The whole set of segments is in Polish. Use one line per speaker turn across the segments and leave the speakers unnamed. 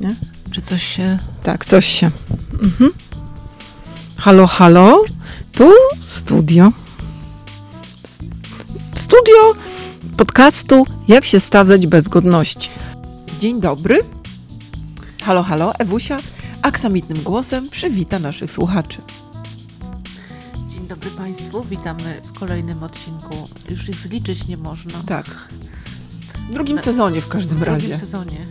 nie?
Czy coś się...
Tak, coś się. Mhm. Halo, halo. Tu studio. S- Studio podcastu Jak się stazać bez godności. Dzień dobry. Halo, halo. Ewusia aksamitnym głosem przywita naszych słuchaczy.
Dzień dobry Państwu, witamy w kolejnym odcinku. Już ich zliczyć nie można.
Tak. W drugim sezonie w
W
każdym
drugim
razie.
sezonie.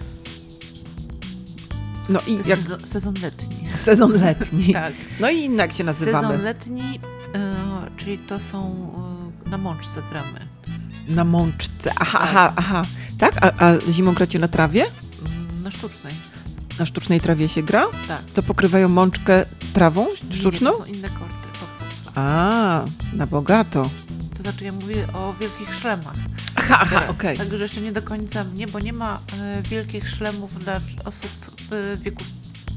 No i jak
Sezo- sezon letni.
sezon letni.
Tak.
No i inne jak się
Sezon
nazywamy.
letni, e, czyli to są e, na mączce gramy.
Na mączce. Aha, aha, aha. Tak? A, a zimą gracie na trawie?
Mm, Na sztucznej.
Na sztucznej trawie się gra?
Tak.
To pokrywają mączkę trawą sztuczną?
Nie, to są inne korty po prostu.
A, na bogato.
To znaczy ja mówię o wielkich szlemach.
Aha, aha,
Teraz.
E, okej.
Także jeszcze nie do końca mnie, bo nie ma e, wielkich szlemów dla osób e, w wieku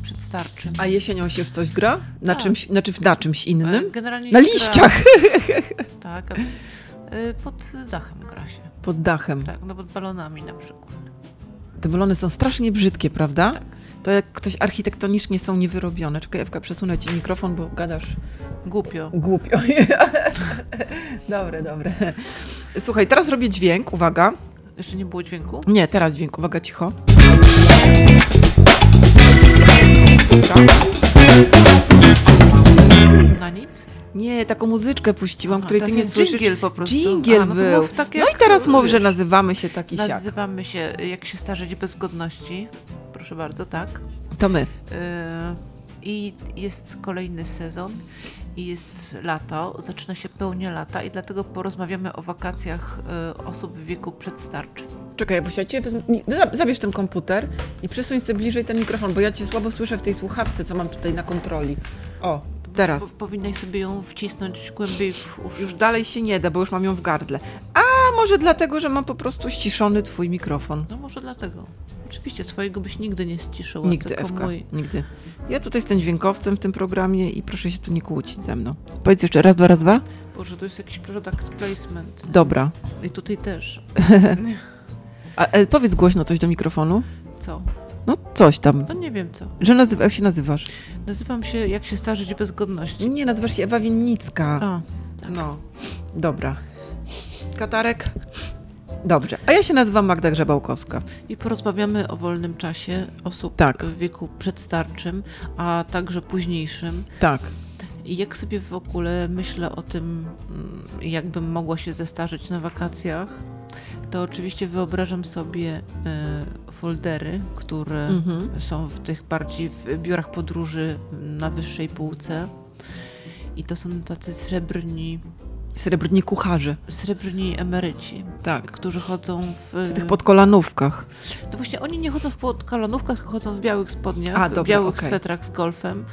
przedstarczym.
A jesienią się w coś gra? Na
Tak.
czymś, znaczy w- na czymś innym?
E, Generalnie
Na
się gra-
liściach!
Tak, a- y, pod dachem gra się.
Pod dachem.
Tak, no pod balonami na przykład.
Te balony są strasznie brzydkie, prawda?
Tak.
To jak ktoś arkitektonicznie są niewyrobione. Czekaj, Ewka, przesunę ci mikrofon, bo gadasz
Głupio.
głupio. dobre, dobre. Słuchaj, teraz robię dźwięk, uwaga.
Jeszcze nie było dźwięku?
Nie, teraz dźwięk, uwaga, cicho.
Na nic?
Nie, taką muzyczkę puściłam,
Aha,
której
teraz
ty nie
jest
słyszysz.
dżingiel po prostu.
Dżingiel
A, no to
był.
mów tak
no
jak
i teraz mów, że
wiesz.
nazywamy się tak i siak.
Nazywamy się Jak się starzeć bez godności. Proszę bardzo, tak.
To my.
Y, I jest kolejny sezon i jest lato, zaczyna się pełnia lata i dlatego porozmawiamy o wakacjach y, osób w wieku przedstarczym.
Czekaj, Wusia, cię wezmę, nie, za- zabierz ten komputer i przesuń sobie bliżej ten mikrofon, bo ja cię słabo słyszę w tej słuchawce, co mam tutaj na kontroli. O, teraz.
Po, powinnaś sobie ją wcisnąć głębiej w uszy.
Już dalej się nie da, bo już mam ją w gardle. A może dlatego, że mam po prostu ściszony twój mikrofon.
No może dlatego. Oczywiście swojego byś nigdy nie ściszyła,
Nigdy,
tylko
Ewka,
mój.
nigdy. Ja tutaj jestem dźwiękowcem w tym programie i proszę się tu nie kłócić ze mną. Powiedz jeszcze raz, dwa, raz, dwa.
Boże, to jest jakiś product placement.
Dobra.
I tutaj też.
A, e, powiedz głośno coś do mikrofonu.
Co?
No coś tam.
No nie wiem co.
Że nazywa, jak się nazywasz?
Nazywam się Jak się starzeć bez godności.
Nie, nazywasz się Ewa Winnicka.
A,
No, dobra. Katarek? Dobrze. A ja się nazywam Magda Grzebałkowska.
I porozmawiamy o wolnym czasie osób
Tak.
w wieku przedstarczym, a także późniejszym.
Tak.
I jak sobie w ogóle myślę o tym, mm, jakbym mogła się zestarzyć na wakacjach, to oczywiście wyobrażam sobie y, foldery, które
Mhm.
są w tych bardziej w biurach podróży na wyższej półce. I to są tacy srebrni,
Srebrni kucharzy.
srebrni emeryci,
Tak.
którzy chodzą w.
W tych podkolanówkach.
No właśnie oni nie chodzą w podkalonówkach, tylko chodzą w białych spodniach,
A, dobra,
w białych
okej.
swetrach z golfem.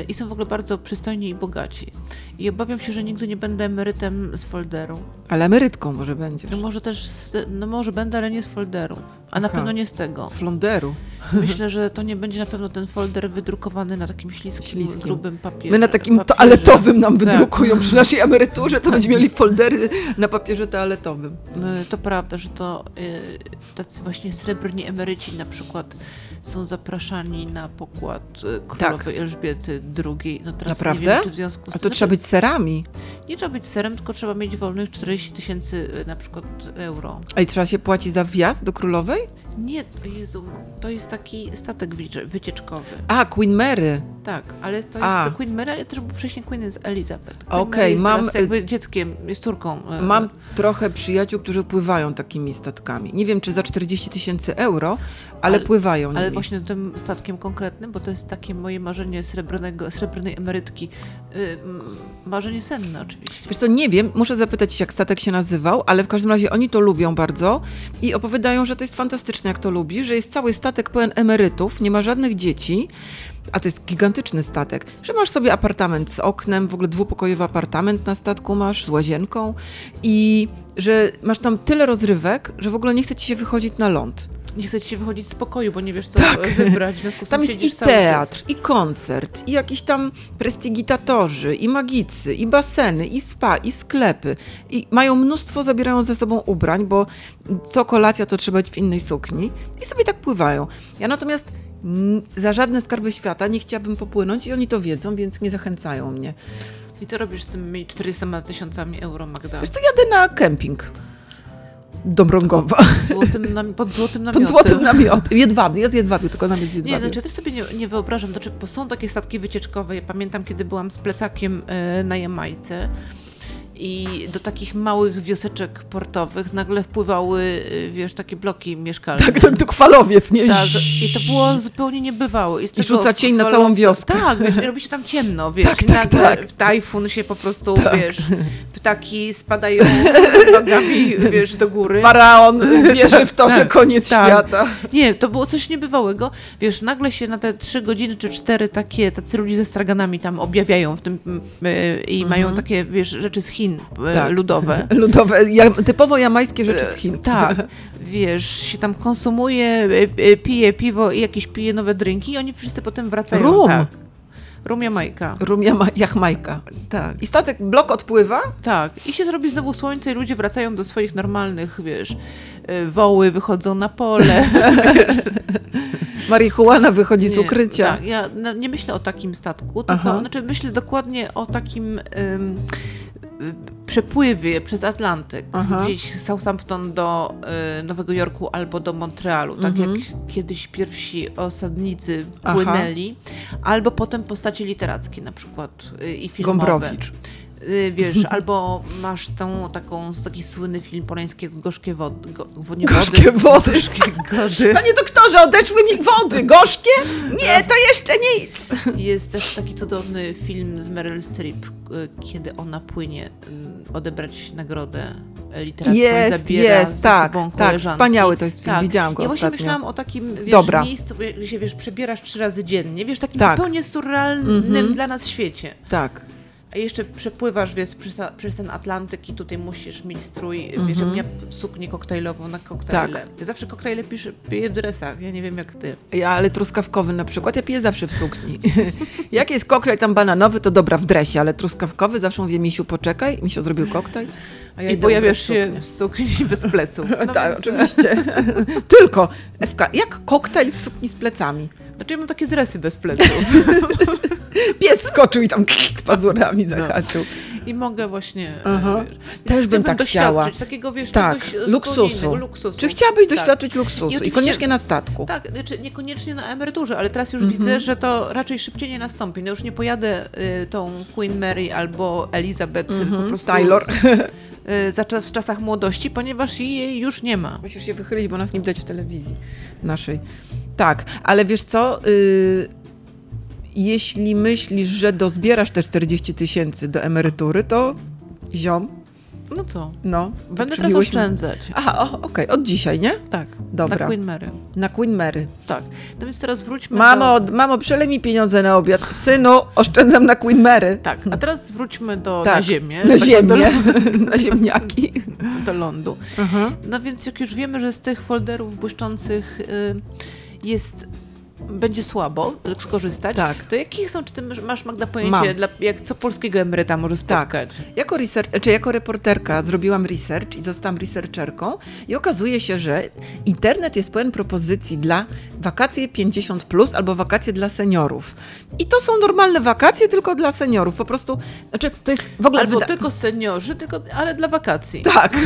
y, I są w ogóle bardzo przystojni i bogaci. I obawiam się, że nigdy nie będę emerytem z folderu.
Ale emerytką może będziesz.
No może też, z, no może będę, ale nie z folderu. A na
Aha.
pewno nie z tego.
Z flonderu.
Myślę, że to nie będzie na pewno ten folder wydrukowany na takim śliskim,
Śliskim.
grubym papierze.
My na takim
papierze.
toaletowym nam
Tak.
wydrukują przy naszej emeryturze, to będziemy mieli foldery na papierze toaletowym.
Y, To prawda, że to y, tacy właśnie srebrni emeryci na przykład są zapraszani na pokład y, królowej Elżbiety II. No teraz
Tak. Naprawdę?
nie wiem, czy w związku z
A
tym...
to trzeba być serami.
Nie trzeba być serem, tylko trzeba mieć wolnych 40 tysięcy y, na przykład euro.
A i trzeba się płacić za wjazd do królowej?
Nie, Jezu, to jest taki statek wycie- wycieczkowy.
A, Queen Mary.
Tak, ale to
A.
jest Queen Mary, ale też był wcześniej Queen Elizabeth. Queen
Okej,
Mary jest
mam- y,
Teraz jakby dzieckiem, jest córką. y,
Mam trochę przyjaciół, którzy pływają takimi statkami. Nie wiem, czy za 40 tysięcy euro, ale,
Ale-
pływają nimi.
Ale właśnie tym statkiem konkretnym, bo to jest takie moje marzenie srebrnego, srebrnej emerytki. Y, m, marzenie senne oczywiście.
Wiesz co, nie wiem, muszę zapytać jak statek się nazywał, ale w każdym razie oni to lubią bardzo i opowiadają, że to jest fantastyczne, jak to lubi, że jest cały statek pełen emerytów, nie ma żadnych dzieci, a to jest gigantyczny statek, że masz sobie apartament z oknem, w ogóle dwupokojowy apartament na statku masz z łazienką i że masz tam tyle rozrywek, że w ogóle nie chce ci się wychodzić na ląd.
Nie chce ci się wychodzić z pokoju, bo nie wiesz co wybrać, w związku
Tak.
z tym
Tam jest
siedzisz
i
cały czas.
teatr, i koncert, i jakieś tam prestigitatorzy, i magicy, i baseny, i spa, i sklepy. I mają mnóstwo, zabierają ze sobą ubrań, bo co kolacja to trzeba być w innej sukni. I sobie tak pływają. Ja natomiast n- za żadne skarby świata nie chciałabym popłynąć i oni to wiedzą, więc nie zachęcają mnie.
Tak. I co robisz z tymi 40 tysiącami euro, Magda?
Wiesz co, jadę na kemping do Mrągowa,
Złotym nam, pod złotym namiotem.
pod złotym namiotem, jedwabny, jest jedwabny, tylko namiot
Nie,
jedwabny.
znaczy ja też sobie nie, nie wyobrażam, znaczy, bo są takie statki wycieczkowe. Ja pamiętam, kiedy byłam z plecakiem e, na Jamajce i do takich małych wioseczek portowych nagle wpływały, e, wiesz, takie bloki mieszkalne.
Tak, ten tu kwalowiec, nie?
Tak, I to było zupełnie niebywałe. z
I
tego
rzuca cień na
falące-
całą wioskę.
Tak, wiesz, i robi się tam ciemno, wiesz,
Tak,
i
tak,
nagle
tak.
w tajfun się po prostu, wiesz, ptaki spadają nogami, wiesz, do góry.
Faraon wierzy w to, że
Tak,
koniec
tak.
świata.
Nie, to było coś niebywałego. Wiesz, nagle się na te trzy godziny czy cztery takie, tacy ludzie ze straganami tam objawiają w tym m, e, i mają takie, wiesz, rzeczy z Chin e,
Mhm. Tak.
ludowe.
Ludowe, ja, typowo jamańskie rzeczy z Chin.
Tak, wiesz, się tam konsumuje, e, e, pije piwo i jakieś pije nowe drinki i oni wszyscy potem wracają.
Rum.
Tak. Rum Jamajka.
Rum jama, jachmajka.
Tak,
I statek, blok odpływa,
tak. I się zrobi znowu słońce i ludzie wracają do swoich normalnych, wiesz, e, woły wychodzą na pole.
marihuana wychodzi z
Nie,
ukrycia.
Tak, ja no, nie myślę o takim statku, tylko
Aha.
znaczy myślę dokładnie o takim ym, y, przepływie przez Atlantyk,
Aha.
z gdzieś z Southampton do y, Nowego Jorku albo do Montrealu, tak
Mhm.
jak kiedyś pierwsi osadnicy
Aha.
płynęli, albo potem postacie literackie na przykład y, i filmowe.
Gombrowicz.
Y, Wiesz, albo masz tą taką, taki słynny film Polańskiego, Gorzkie Wody. Go, wo- nie
Gorzkie wody.
Gorzkie Wody.
Panie doktorze, odeszły mi wody, gorzkie? Nie, to jeszcze nic.
Jest też taki cudowny film z Meryl Streep, k- kiedy ona płynie mm, odebrać nagrodę literacką i
Jest,
zabiera
jest,
ze
tak,
sobą
tak,
koleżanki.
wspaniały to jest film,
Tak.
widziałam go
Ja właśnie
ostatnio.
myślałam o takim wiesz,
Dobra.
miejscu, gdzie się wiesz, przebierasz trzy razy dziennie, wiesz, takim
Tak.
zupełnie surrealnym
Mhm.
dla nas świecie.
Tak,
A jeszcze przepływasz wiesz, przez, ta- przez ten Atlantyk i tutaj musisz mieć strój, wiesz,
Mhm. Tak.
jak ja suknię koktajlową na koktajle. Ja zawsze koktajle piszę, piję w dresach, ja nie wiem jak ty.
ja, ale truskawkowy na przykład, ja piję zawsze w sukni. Jak jest koktajl tam bananowy, to dobra w dresie, ale truskawkowy zawsze mówię, misiu poczekaj, misiu zrobił koktajl, a ja
I
idę ubrać
pojawiasz się
suknię.
w sukni bez pleców. No
tak,
więc-
oczywiście. Tylko, Ewka, jak koktajl w sukni z plecami?
Znaczy ja mam takie dresy bez pleców
Pies skoczył i tam pazurami
No.
zahaczył.
i mogę właśnie... e,
Aha.
wiesz, więc
Też bym
chciałabym
tak
doświadczyć
chciała.
takiego, wiesz,
Tak,
czegoś e,
luksusu.
zupełnie innego, luksusu.
Czy chciałabyś
Tak.
doświadczyć luksusu? I,
oczywiście-
koniecznie na statku.
Tak, znaczy niekoniecznie na emeryturze, ale teraz
Mhm.
już widzę, że to raczej szybciej nie nastąpi. No już nie pojadę y, tą Queen Mary albo Elizabeth po prostu
Mhm, Taylor.
Y, za, czas- w czasach młodości, ponieważ jej już nie ma.
Musisz się wychylić, bo nas nie widać w telewizji naszej. Tak, ale wiesz co? y, jeśli myślisz, że dozbierasz te 40 tysięcy do emerytury, to ziom,
No co?
no.
Będę teraz
przybiłyśmy-
oszczędzać.
Aha, o, okej, od dzisiaj, nie?
Tak, na
Dobra.
Queen Mary.
Na Queen Mary.
Tak. No więc teraz wróćmy do...
Mamo, mamo, przelej mi pieniądze na obiad. Synu, oszczędzam na Queen Mary.
Tak, a teraz wróćmy do
Tak,
na ziemię.
Na
tak,
ziemię, na ziemniaki.
Do, do lądu. No więc jak już wiemy, że z tych folderów błyszczących y, jest będzie słabo skorzystać,
Tak.
to jakich są, czy ty masz Magda
Mam. Tak.
pojęcie, dla, jak co polskiego emeryta może spotkać?
Jako, research, czy jako reporterka zrobiłam research i zostałam researcherką i okazuje się, że internet jest pełen propozycji dla wakacje 50 plus albo wakacje dla seniorów. I to są normalne wakacje tylko dla seniorów. Po prostu, znaczy to jest w ogóle...
Albo
wyda-
tylko seniorzy, tylko, ale dla wakacji.
Tak,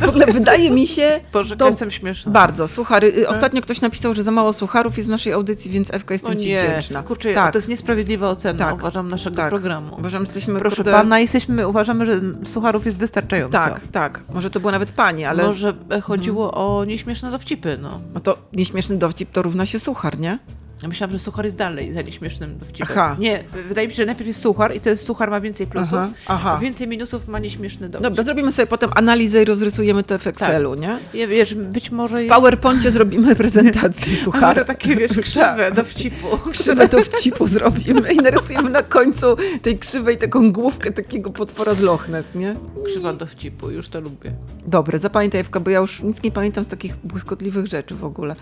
w ogóle wydaje mi się...
Boże,
to-
to... jestem śmieszna.
Bardzo, suchary.
E.
y, Ostatnio ktoś napisał, że za mało sucharów jest w naszej audycji, więc Ewka
o
jestem ci
nie,
wdzięczna.
kurczę,
tak,
to jest niesprawiedliwa ocena,
Tak.
uważam, naszego
Tak.
programu.
uważam, że jesteśmy...
Proszę
kurde-
pana, jesteśmy, uważamy, że sucharów jest wystarczająco.
Tak, tak. Może to było nawet pani, ale...
Może e, chodziło o nieśmieszne dowcipy, no.
No to nieśmieszny dowcip to równa się suchar, nie?
Ja myślałam, że suchar jest dalej za nieśmiesznym dowcipem.
Aha.
Nie, w- wydaje mi się, że najpierw jest suchar i to jest suchar ma więcej plusów,
Aha, aha.
a więcej minusów ma nieśmieszny dowcip.
Dobra, zrobimy sobie potem analizę i rozrysujemy to
Tak.
w Excelu, nie?
Ja, wiesz, być może
W
jest...
PowerPoincie zrobimy prezentację
Ale
suchara.
takie, wiesz, krzywe dowcipu.
Krzywe to wcipu zrobimy i narysujemy na końcu tej krzywej taką główkę takiego potwora z Loch Ness, nie?
Krzywa dowcipu, już to lubię.
Dobre, zapamiętaj Ewka, bo ja już nic nie pamiętam z takich błyskotliwych rzeczy w ogóle.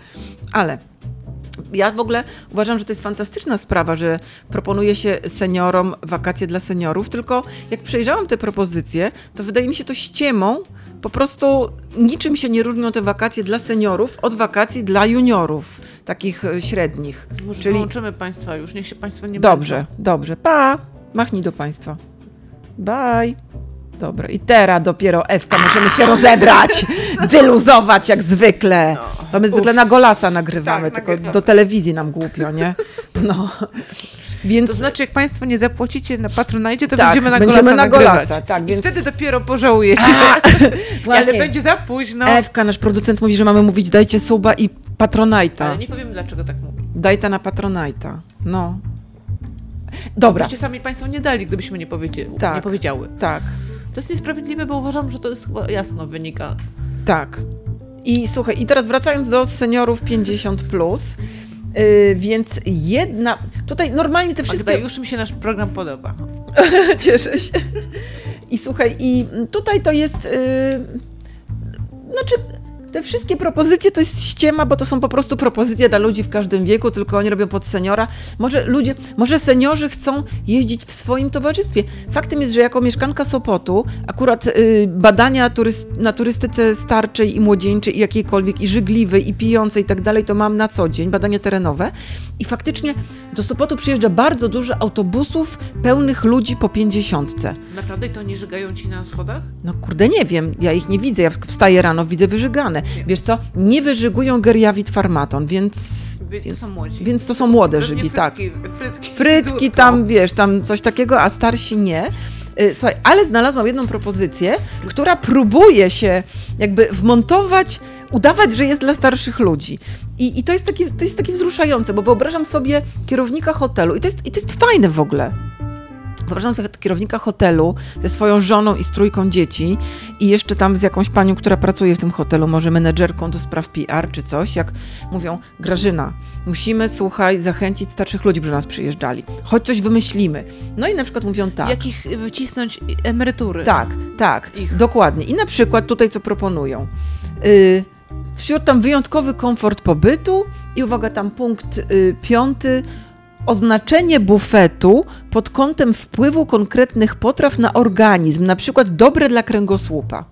Ale ja w ogóle uważam, że to jest fantastyczna sprawa, że proponuje się seniorom wakacje dla seniorów, tylko jak przejrzałam te propozycje, to wydaje mi się to ściemą po prostu niczym się nie różnią te wakacje dla seniorów od wakacji dla juniorów, takich e, średnich.
Może
Czyli-
Czyli... wyłączymy Państwa już, niech się Państwo nie
Dobrze, dobrze. Pa! Machnij do Państwa. Bye! Dobra, i teraz dopiero Ewka możemy się rozebrać, wyluzować jak zwykle. Bo my zwykle
Uf.
na golasa nagrywamy,
No. Tak,
tylko
nagrywamy.
do telewizji nam głupio, nie? No.
będą.
Więc
To znaczy, jak Państwo nie zapłacicie na Patronite, to
tak,
będziemy na
będziemy
golasa
na golasa.
nagrywać.
Tak,
I
więc
wtedy dopiero pożałujecie, ale będzie no- za późno.
Ewka, nasz producent mówi, że mamy mówić dajcie suba i patronajta.
Ale nie powiemy, dlaczego tak mówi.
Dajta na patronajta. No. Dobra,
Byście sami Państwo nie dali, gdybyśmy nie, powiedzieli,
Tak.
nie powiedziały.
tak,
To jest niesprawiedliwe, bo uważam, że to jest chyba jasno wynika.
tak. I słuchaj, i teraz wracając do seniorów 50+, plus, yy, więc jedna, tutaj normalnie te
Wszystkie...
wszystkie...
Już mi się nasz program podoba.
Cieszę się. I słuchaj, i tutaj to jest. Yy, znaczy. Te wszystkie propozycje to jest ściema, bo to są po prostu propozycje dla ludzi w każdym wieku, tylko oni robią pod seniora. Może ludzie, może seniorzy chcą jeździć w swoim towarzystwie. Faktem jest, że jako mieszkanka Sopotu, akurat y, badania turys- na turystyce starczej i młodzieńczej i jakiejkolwiek, i żygliwej, i pijącej i tak dalej, to mam na co dzień, badania terenowe. I faktycznie do Sopotu przyjeżdża bardzo dużo autobusów pełnych ludzi po pięćdziesiątce.
Naprawdę? I to oni żygają Ci na schodach?
No kurde, nie wiem, ja ich nie widzę, ja wsk- wstaję rano, widzę wyżygane. Wiesz co, nie wyżygują geriawit farmaton, więc...
Wie- to są młodzi.
Więc to są młode
Pewnie
żygi, tak.
Frytki, frytki, z
Frytki
łódką.
tam, wiesz, tam coś takiego, a starsi nie. Y, Słuchaj, ale znalazłam jedną propozycję, która próbuje się jakby wmontować, udawać, że jest dla starszych ludzi. I, i to, jest takie, to jest takie wzruszające, bo wyobrażam sobie kierownika hotelu i to jest, i to jest fajne w ogóle. Wyobrażam sobie kierownika hotelu ze swoją żoną i z trójką dzieci i jeszcze tam z jakąś panią, która pracuje w tym hotelu, może menedżerką do spraw PR czy coś, jak mówią, Grażyna, musimy, słuchaj, zachęcić starszych ludzi, by do nas przyjeżdżali. Choć coś wymyślimy. No i na przykład mówią tak.
Jak ich wycisnąć emerytury?
Tak, tak,
Ich.
dokładnie. I na przykład tutaj co proponują. Y, wśród tam wyjątkowy komfort pobytu i uwaga, tam punkt y, piąty. Oznaczenie bufetu pod kątem wpływu konkretnych potraw na organizm, na przykład dobre dla kręgosłupa.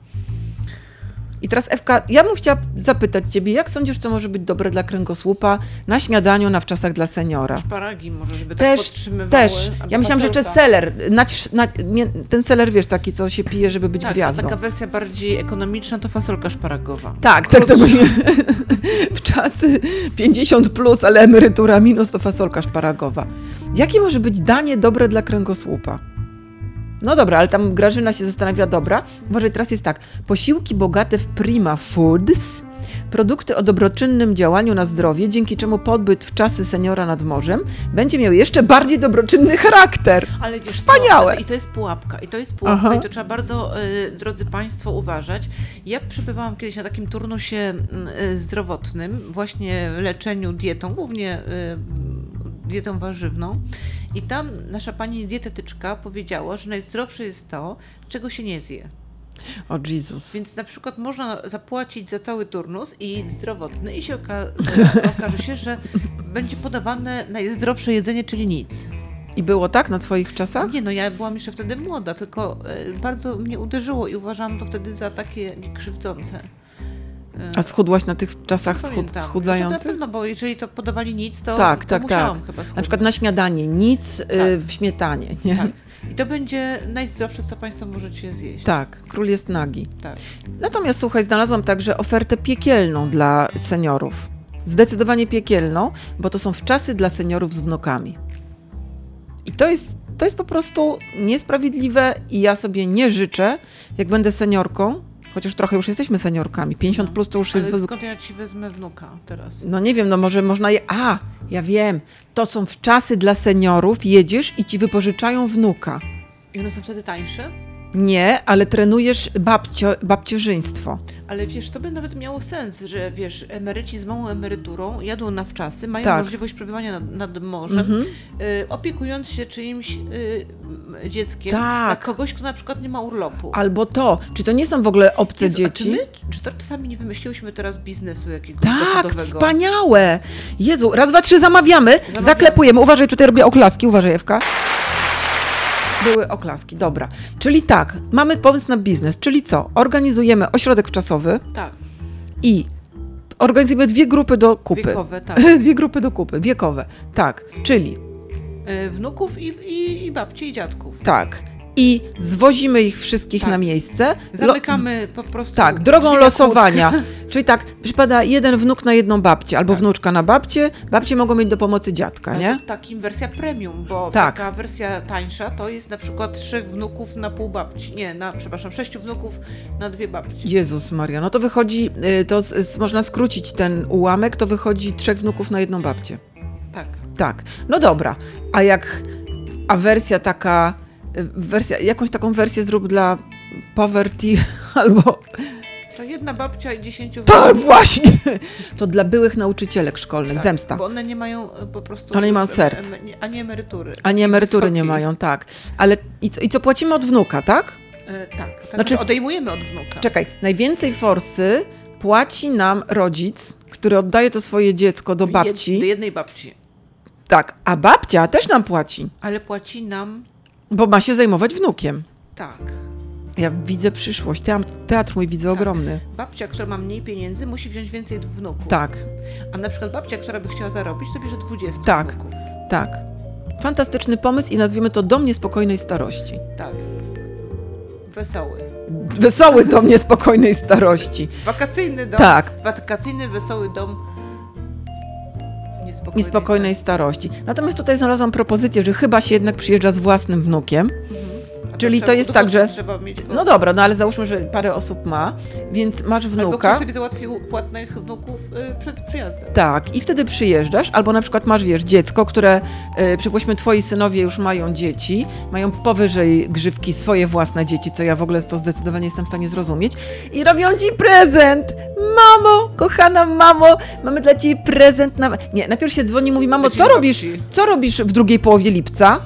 I teraz Ewka, ja bym chciała zapytać Ciebie, jak sądzisz, co może być dobre dla kręgosłupa na śniadaniu, na wczasach dla seniora?
Szparagi może, żeby
Też-
tak podtrzymywały.
Też.
albo
Ja myślałam, że
fasolka.
jeszcze seller. Nać, na, nie, ten seller, wiesz, taki, co się pije, żeby być
Tak,
gwiazdą.
a taka wersja bardziej ekonomiczna to fasolka szparagowa.
Tak, tak to byśmy w czasy 50 plus, ale emerytura minus to fasolka szparagowa. Jakie może być danie dobre dla kręgosłupa? No dobra, ale tam Grażyna się zastanawia, dobra. Uważaj, teraz jest tak. Posiłki bogate w prima foods, produkty o dobroczynnym działaniu na zdrowie, dzięki czemu podbyt w czasy seniora nad morzem będzie miał jeszcze bardziej dobroczynny charakter.
Ale wiesz co,
Wspaniałe.
I to jest pułapka, i to jest pułapka,
Aha.
i to trzeba bardzo, y, drodzy Państwo, uważać. Ja przebywałam kiedyś na takim turnusie y, zdrowotnym, właśnie leczeniu dietą, głównie y, dietą warzywną. I tam nasza pani dietetyczka powiedziała, że najzdrowsze jest to, czego się nie zje.
O Jezus.
Więc na przykład można zapłacić za cały turnus i zdrowotny i się oka- y, okaże się, że będzie podawane najzdrowsze jedzenie, czyli nic.
I było tak na twoich czasach?
Nie, no ja byłam jeszcze wtedy młoda, tylko y, bardzo mnie uderzyło i uważałam to wtedy za takie krzywdzące. E,
A schudłaś na tych czasach schud,
Pamiętam. Zresztą Na
schudających?
pewno, bo jeżeli to podawali nic, to,
Tak,
to
tak,
musiałam
tak.
chyba schudnąć.
Na przykład na śniadanie nic y, w śmietanie, nie?
Tak.
Tak.
I to będzie najzdrowsze, co Państwo możecie zjeść.
król jest nagi.
tak.
Natomiast słuchaj, znalazłam także ofertę piekielną dla seniorów. Zdecydowanie piekielną, bo to są wczasy dla seniorów z wnukami. I to jest, to jest po prostu niesprawiedliwe i ja sobie nie życzę, jak będę seniorką, chociaż trochę już jesteśmy seniorkami, 50 plus to już jest
Ale
bez,
skąd ja Ci wezmę wnuka teraz?
No nie wiem, no może można je. A, ja wiem. To są w czasy dla seniorów. Jedziesz i ci wypożyczają wnuka.
I one są wtedy tańsze?
Nie, ale trenujesz babcio, babcierzyństwo.
Ale wiesz, to by nawet miało sens, że wiesz, emeryci z małą emeryturą jadą na wczasy, mają
Tak. Mhm.
możliwość przebywania nad, nad morzem, y, opiekując się czyimś y, m, dzieckiem,
Tak.
dla kogoś, kto na przykład nie ma urlopu.
Albo to. Czy to nie są w ogóle obce
Jezu, a
dzieci?
Czy, my, czy to czasami nie wymyśliłyśmy teraz biznesu jakiegoś
Tak,
dochodowego?
wspaniałe. Jezu, raz, dwa, trzy, zamawiamy, zaklepujemy. Uważaj, tutaj robię oklaski, uważaj, Ewka. Były oklaski, dobra. Czyli tak, mamy pomysł na biznes, czyli co? Organizujemy ośrodek czasowy
Tak,
i organizujemy dwie grupy do kupy.
wiekowe, tak.
Dwie grupy do kupy, wiekowe. Tak, czyli
Y, Wnuków i, i, i babci i dziadków.
tak. I zwozimy ich wszystkich
Tak.
na miejsce. Lo-
Zamykamy po prostu.
No, Tak, drogą
drzwi na
losowania. Czyli tak, przypada jeden wnuk na jedną babcię, albo
Tak.
wnuczka na babcię. Babcie mogą mieć do pomocy dziadka,
Ale
tak, nie?
to takim wersja premium, bo
Tak.
taka wersja tańsza to jest na przykład trzech wnuków na pół babci. Nie, na, przepraszam, sześciu wnuków na dwie babci.
Jezus Maria, no to wychodzi, y, to z, z, można skrócić ten ułamek, to wychodzi trzech wnuków na jedną babcię.
Tak.
Tak, no dobra. A jak, a wersja taka, y, wersja, jakąś taką wersję zrób dla poverty albo...
To jedna babcia i dziesięciu
Tak, właśnie! To dla byłych nauczycielek szkolnych,
Tak,
zemsta.
Bo one nie mają e, po prostu.
One nie mają
em-
serc.
em- Ani emerytury.
Ani emerytury nie
wysokiej.
mają, tak. Ale i co, i co płacimy od wnuka, tak?
E, tak. tak
Znaczy-
znaczy, odejmujemy od wnuka.
Tak. Czekaj, najwięcej forsy płaci nam rodzic, który oddaje to swoje dziecko do
Jed, do
babci.
jednej babci.
Tak, a babcia też nam płaci,
Ale płaci nam
bo ma się zajmować wnukiem.
tak.
Ja widzę przyszłość. Teatr, teatr mój widzę ogromny.
Babcia, która ma mniej pieniędzy, musi wziąć więcej wnuków.
Tak,
A na przykład babcia, która by chciała zarobić, to bierze 20
Tak.
wnuków.
tak. Fantastyczny pomysł i nazwijmy to Dom Niespokojnej Starości.
Tak. Wesoły.
Wesoły Dom Niespokojnej Starości.
Wakacyjny dom.
Tak,
Wakacyjny, wesoły dom. Niespokojny.
niespokojnej starości. Natomiast tutaj znalazłam propozycję, że chyba się jednak przyjeżdża z własnym wnukiem.
A
czyli to
trzeba-
jest
no
tak, że-
Trzeba mieć go...
No dobra, no ale załóżmy, że parę osób ma, więc masz
Albo ktoś
wnuka.
sobie załatwił płatnych wnuków y, przed przyjazdem.
Tak, i wtedy przyjeżdżasz, albo na przykład masz, wiesz, dziecko, które, e, przypuśćmy, twoi synowie już mają dzieci, mają powyżej grzywki swoje własne dzieci, co ja w ogóle to zdecydowanie jestem w stanie zrozumieć, i robią ci prezent! Mamo, kochana mamo, mamy dla ciebie prezent na... Nie, najpierw się dzwoni i mówi, mamo, co
Dzień dobry.
robisz, co robisz w drugiej połowie lipca?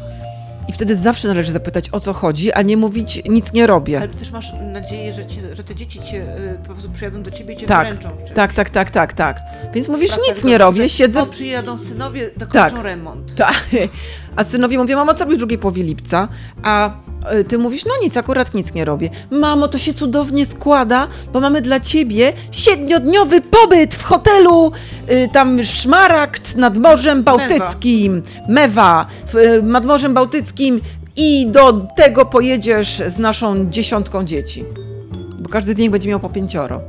I wtedy zawsze należy zapytać, o co chodzi, a nie mówić, nic nie robię.
Ale też masz nadzieję, że, ci, że te dzieci cię y, po prostu przyjadą do ciebie i cię
Tak,
wręczą. w czymś.
Tak, tak, tak, tak, tak. Więc mówisz,
Wracasz
nic
do
nie
domu,
robię,
że,
siedzę
O,
w
przyjadą synowie, dokończą
Tak.
remont.
Tak. A synowi mówię, mamo, co robisz w drugiej połowie lipca? A y, ty mówisz, no nic, akurat nic nie robię. Mamo, to się cudownie składa, bo mamy dla ciebie siedmiodniowy pobyt w hotelu, y, tam Szmaragd nad Morzem Bałtyckim, Mewa, w, y, nad Morzem Bałtyckim i do tego pojedziesz z naszą dziesiątką dzieci. Bo każdy z nich będzie miał po pięcioro.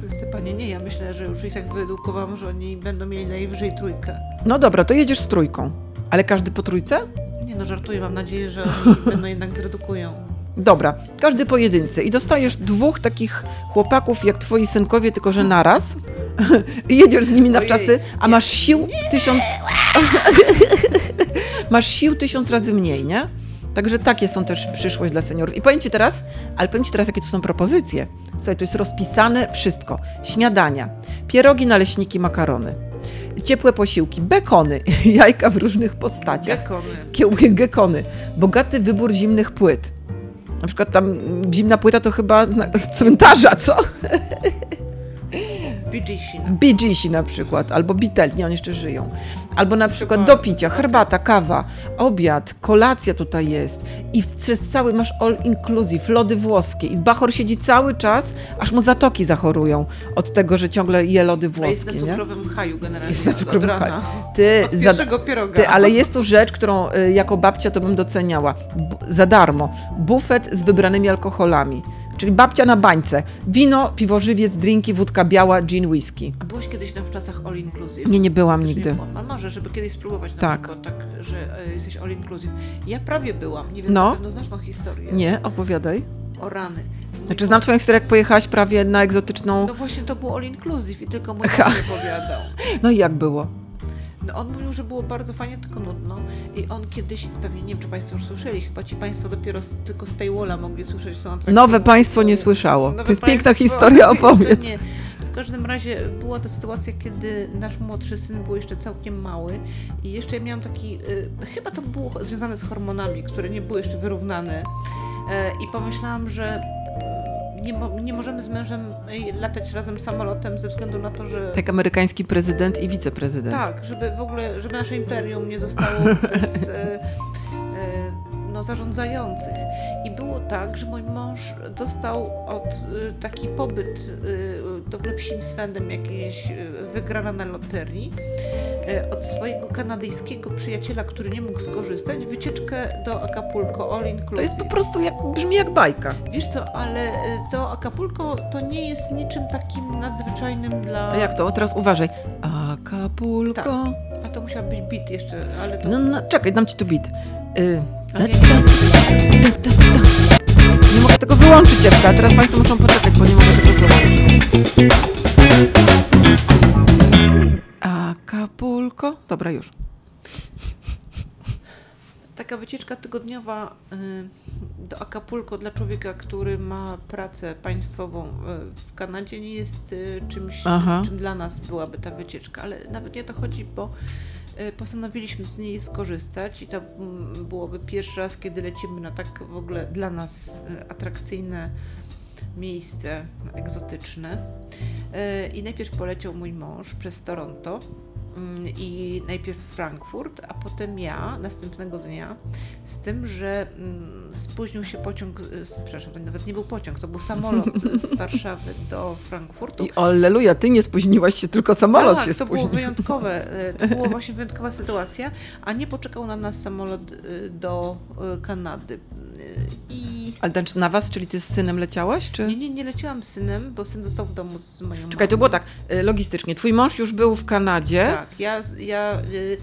Chryste Panie, nie, ja myślę, że już ich tak wyedukowałam, że oni będą mieli najwyżej trójkę.
No dobra, to jedziesz z trójką. Ale każdy po trójce?
Nie no, żartuję, mam nadzieję, że oni będą jednak zredukują.
Dobra, każdy pojedynczy i dostajesz dwóch takich chłopaków jak twoi synkowie, tylko że naraz. I jedziesz z nimi na
Ojej,
wczasy, a masz sił tysiąc. masz sił tysiąc razy mniej, nie? Także takie są też przyszłość dla seniorów. I powiem ci teraz, ale powiem ci teraz, jakie to są propozycje. Słuchaj, to jest rozpisane wszystko. Śniadania, pierogi, naleśniki, makarony, ciepłe posiłki, bekony, jajka w różnych postaciach
Dziekony.
kiełby gekony. Bogaty wybór zimnych płyt. Na przykład tam mm, zimna płyta to chyba zna- z cmentarza, co?
BGC.
Bee Geesi na przykład, albo Beatles, nie, oni jeszcze żyją. Albo na przykład do
Dokładnie.
picia, herbata, kawa, obiad, kolacja tutaj jest. I w- przez cały masz all inclusive, lody włoskie. I Bachor siedzi cały czas, aż mu zatoki zachorują od tego, że ciągle je lody
A jest na
włoskie, nie?
cukrowym haju generalnie.
Jest na
od- od
cukrowym
rana.
haju. Ty,
Od
za,
pierwszego pieroga.
Ty, ale jest tu rzecz, którą y, jako babcia to bym doceniała. B- za darmo. Bufet z wybranymi alkoholami. Czyli babcia na bańce. Wino, piwo żywiec, drinki, wódka biała, gin, whisky.
A byłaś kiedyś na wczasach all inclusive?
Nie, nie byłam
Też
nigdy.
Nie byłam. A może, żeby kiedyś spróbować na
Tak.
przykład tak, że e, jesteś all inclusive. Ja prawie byłam, nie wiem,
No.
na pewno znasz tą historię.
Nie, opowiadaj.
O rany. Mój
Znaczy znam twoją historię, jak pojechałaś prawie na egzotyczną...
No właśnie to było all inclusive i tylko mój mąż mi opowiadał.
No i jak było?
No on mówił, że było bardzo fajnie, tylko nudno. I on kiedyś, pewnie nie wiem, czy Państwo już słyszeli, chyba ci Państwo dopiero z, tylko z Paywalla mogli słyszeć tą atrakcję.
Nowe państwo nie słyszało.
Nowe
To jest piękna
państwo.
historia, opowiedz.
Nie. W każdym razie była to sytuacja, kiedy nasz młodszy syn był jeszcze całkiem mały i jeszcze ja miałam taki, y, chyba to było związane z hormonami, które nie były jeszcze wyrównane E, i pomyślałam, że y, nie, mo- nie możemy z mężem y, latać razem samolotem ze względu na to, że
Tak amerykański prezydent i wiceprezydent.
tak, żeby w ogóle, żeby nasze imperium nie zostało bez, e, e, no, no, zarządzających. I było tak, że mój mąż dostał od y, taki pobyt y, do psim swędem jakieś y, wygrana na loterii y, od swojego kanadyjskiego przyjaciela, który nie mógł skorzystać, wycieczkę do Acapulco all inclusive.
To jest po prostu, jak, brzmi jak bajka.
Wiesz co, ale y, to Acapulco to nie jest niczym takim nadzwyczajnym dla...
A jak to? Teraz uważaj. Acapulco.
Tak. A to musiał być bit jeszcze, ale to...
No, no, czekaj, dam ci tu beat. Y, Tak,
Ale
da, da, da, da. tak. Nie mogę tego wyłączyć, Ewka. Teraz Państwo muszą poczekać, bo nie mogę tego wyłączyć. Acapulco. Dobra, już.
Taka wycieczka tygodniowa y, do Acapulco dla człowieka, który ma pracę państwową y, w Kanadzie nie jest y, czymś,
Aha.
czym dla nas byłaby ta wycieczka, ale nawet nie o to chodzi, bo y, postanowiliśmy z niej skorzystać i to mm, byłoby pierwszy raz, kiedy lecimy na tak w ogóle dla nas y, atrakcyjne miejsce egzotyczne. Y, I najpierw poleciał mój mąż przez Toronto. Mm, i najpierw Frankfurt, a potem ja następnego dnia, z tym, że mm, spóźnił się pociąg, y, z- przepraszam, to nawet nie był pociąg, to był samolot z Warszawy do Frankfurtu.
I alleluja, ty nie spóźniłaś się, tylko samolot
tak,
się
to było
spóźnił.
wyjątkowe, y, to była właśnie wyjątkowa sytuacja, a nie poczekał na nas samolot y, do y, Kanady. Y, I
Ale ten, na was, czyli ty z synem leciałaś, czy?
nie, nie, nie leciałam z synem, bo syn został w domu z moją
Czekaj, to
mamą.
było tak, y, logistycznie. Twój mąż już był w Kanadzie,
Tak, ja, ja y,